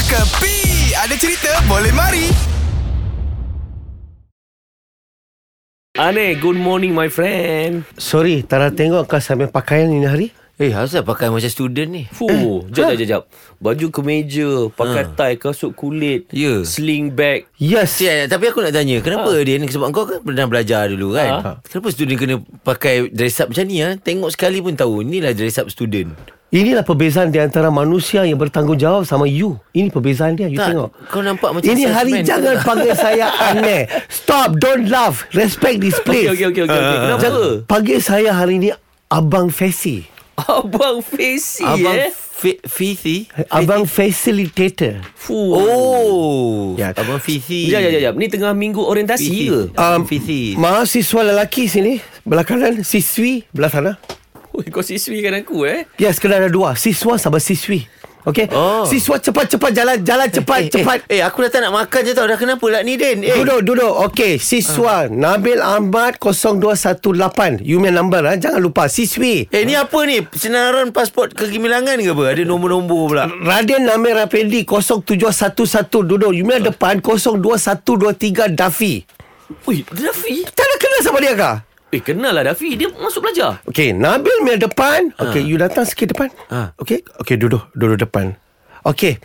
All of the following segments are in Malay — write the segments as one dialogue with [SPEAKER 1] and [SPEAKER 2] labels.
[SPEAKER 1] Kepi Ada cerita boleh mari
[SPEAKER 2] Ane, Ah, good morning my friend.
[SPEAKER 3] Sorry, Tara tengok kau sambil pakaian ini hari.
[SPEAKER 4] Eh, Hazal pakai macam student ni.
[SPEAKER 2] Fuh,
[SPEAKER 4] Eh,
[SPEAKER 2] jap jap jap, jap. Baju kemeja, pakai tie, kasut kulit,
[SPEAKER 4] Ah. Ya.
[SPEAKER 2] sling bag.
[SPEAKER 3] Yes.
[SPEAKER 4] Sial, eh, tapi aku nak tanya, kenapa ha. dia ni sebab kau kan pernah belajar dulu kan? Ha. Kenapa student kena pakai dress up macam ni ha? Tengok sekali pun tahu, inilah dress up student.
[SPEAKER 3] Inilah perbezaan di antara manusia yang bertanggungjawab sama you. Ini perbezaan dia, you
[SPEAKER 4] Tak,
[SPEAKER 3] tengok.
[SPEAKER 4] kau nampak macam
[SPEAKER 3] Ini
[SPEAKER 4] salesman,
[SPEAKER 3] hari
[SPEAKER 4] betul
[SPEAKER 3] jangan
[SPEAKER 4] tak?
[SPEAKER 3] panggil saya aneh. Stop, don't laugh. Respect this
[SPEAKER 4] Eh.
[SPEAKER 3] place.
[SPEAKER 2] Okey okey okey okey.
[SPEAKER 4] Ah,
[SPEAKER 2] Okay. Kenapa?
[SPEAKER 3] Panggil saya hari ini Abang Fesi.
[SPEAKER 2] Abang Fesi
[SPEAKER 4] Abang
[SPEAKER 2] eh.
[SPEAKER 4] Fi- Fifi?
[SPEAKER 3] Abang Facilitator.
[SPEAKER 2] Fuh.
[SPEAKER 4] Oh.
[SPEAKER 3] Ya.
[SPEAKER 4] Abang Fifi.
[SPEAKER 2] Jap jap jap, jap. Ni tengah minggu orientasi
[SPEAKER 4] Fifi.
[SPEAKER 2] ke?
[SPEAKER 4] Abang Fifi.
[SPEAKER 3] Mahasiswa lelaki sini, belah kanan, siswi, belah sana.
[SPEAKER 2] Oi, kau siswi kan aku eh.
[SPEAKER 3] Yes, kena ada dua. Siswa sama siswi. Okay?
[SPEAKER 4] Oh.
[SPEAKER 3] Siswa cepat-cepat jalan, jalan cepat,
[SPEAKER 4] Eh,
[SPEAKER 3] cepat.
[SPEAKER 4] Eh, eh, aku dah tak nak makan je tau. Dah kenapa lah ni, Din? Eh. Ah.
[SPEAKER 3] Duduk, duduk. Okey, siswa Nabil Ahmad 0218. You main number ah. Jangan lupa siswi.
[SPEAKER 4] Eh, ni apa ni? Senaran pasport kegemilangan ke apa? Ada nombor-nombor pula.
[SPEAKER 3] Raden Namir Rapendi 0711 duduk. You main
[SPEAKER 4] Ah.
[SPEAKER 3] depan 02123 Dafi.
[SPEAKER 2] Oi, Dafi.
[SPEAKER 3] Tak ada kenal sama dia kah?
[SPEAKER 2] Eh, kenal lah Dafi. Dia masuk belajar.
[SPEAKER 3] Okey, Nabil main depan.
[SPEAKER 4] Ah.
[SPEAKER 3] Okey, you datang sikit depan.
[SPEAKER 4] Ha.
[SPEAKER 3] Okey, okey duduk, duduk depan. Okey.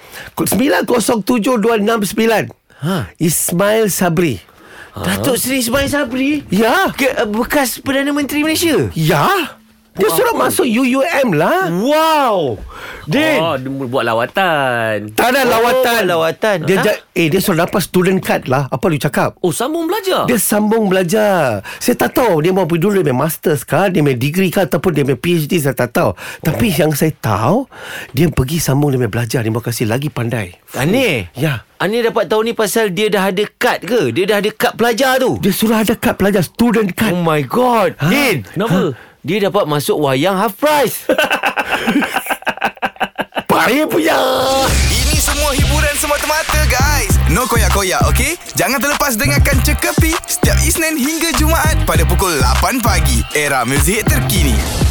[SPEAKER 3] 907269.
[SPEAKER 4] Ha.
[SPEAKER 3] Ismail Sabri.
[SPEAKER 4] Datuk Seri Ismail Sabri?
[SPEAKER 3] Ya.
[SPEAKER 4] Ke, bekas Perdana Menteri Malaysia?
[SPEAKER 3] Ya. Dia suruh masuk UUM lah. Wow. Din.
[SPEAKER 2] Oh, dia buat lawatan.
[SPEAKER 3] Tak ada lawatan.
[SPEAKER 4] buat lawatan.
[SPEAKER 3] Dia
[SPEAKER 4] Ha?
[SPEAKER 3] ja- eh dia suruh dapat student card lah. Apa lu cakap?
[SPEAKER 2] Oh, sambung belajar.
[SPEAKER 3] Dia sambung belajar. Saya tak tahu dia mau pergi dulu dia punya masters kah, dia punya degree kah ataupun dia punya PhD saya tak tahu. Tapi yang saya tahu dia pergi sambung dia punya belajar, dia mau kasi lagi pandai.
[SPEAKER 4] Aneh?
[SPEAKER 3] Ya.
[SPEAKER 4] Ani dapat tahu ni pasal dia dah ada kad ke? Dia dah ada kad pelajar tu.
[SPEAKER 3] Dia suruh ada kad pelajar student
[SPEAKER 4] Oh
[SPEAKER 3] card.
[SPEAKER 4] my god.
[SPEAKER 3] Ha?
[SPEAKER 4] Ha? Din.
[SPEAKER 2] Kenapa?
[SPEAKER 4] Dia dapat masuk wayang half price.
[SPEAKER 3] Payah punya.
[SPEAKER 1] Ini semua hiburan semata-mata guys No koyak-koyak ok Jangan terlepas dengarkan Cekapi Setiap Isnin hingga Jumaat Pada pukul 8 pagi Era muzik terkini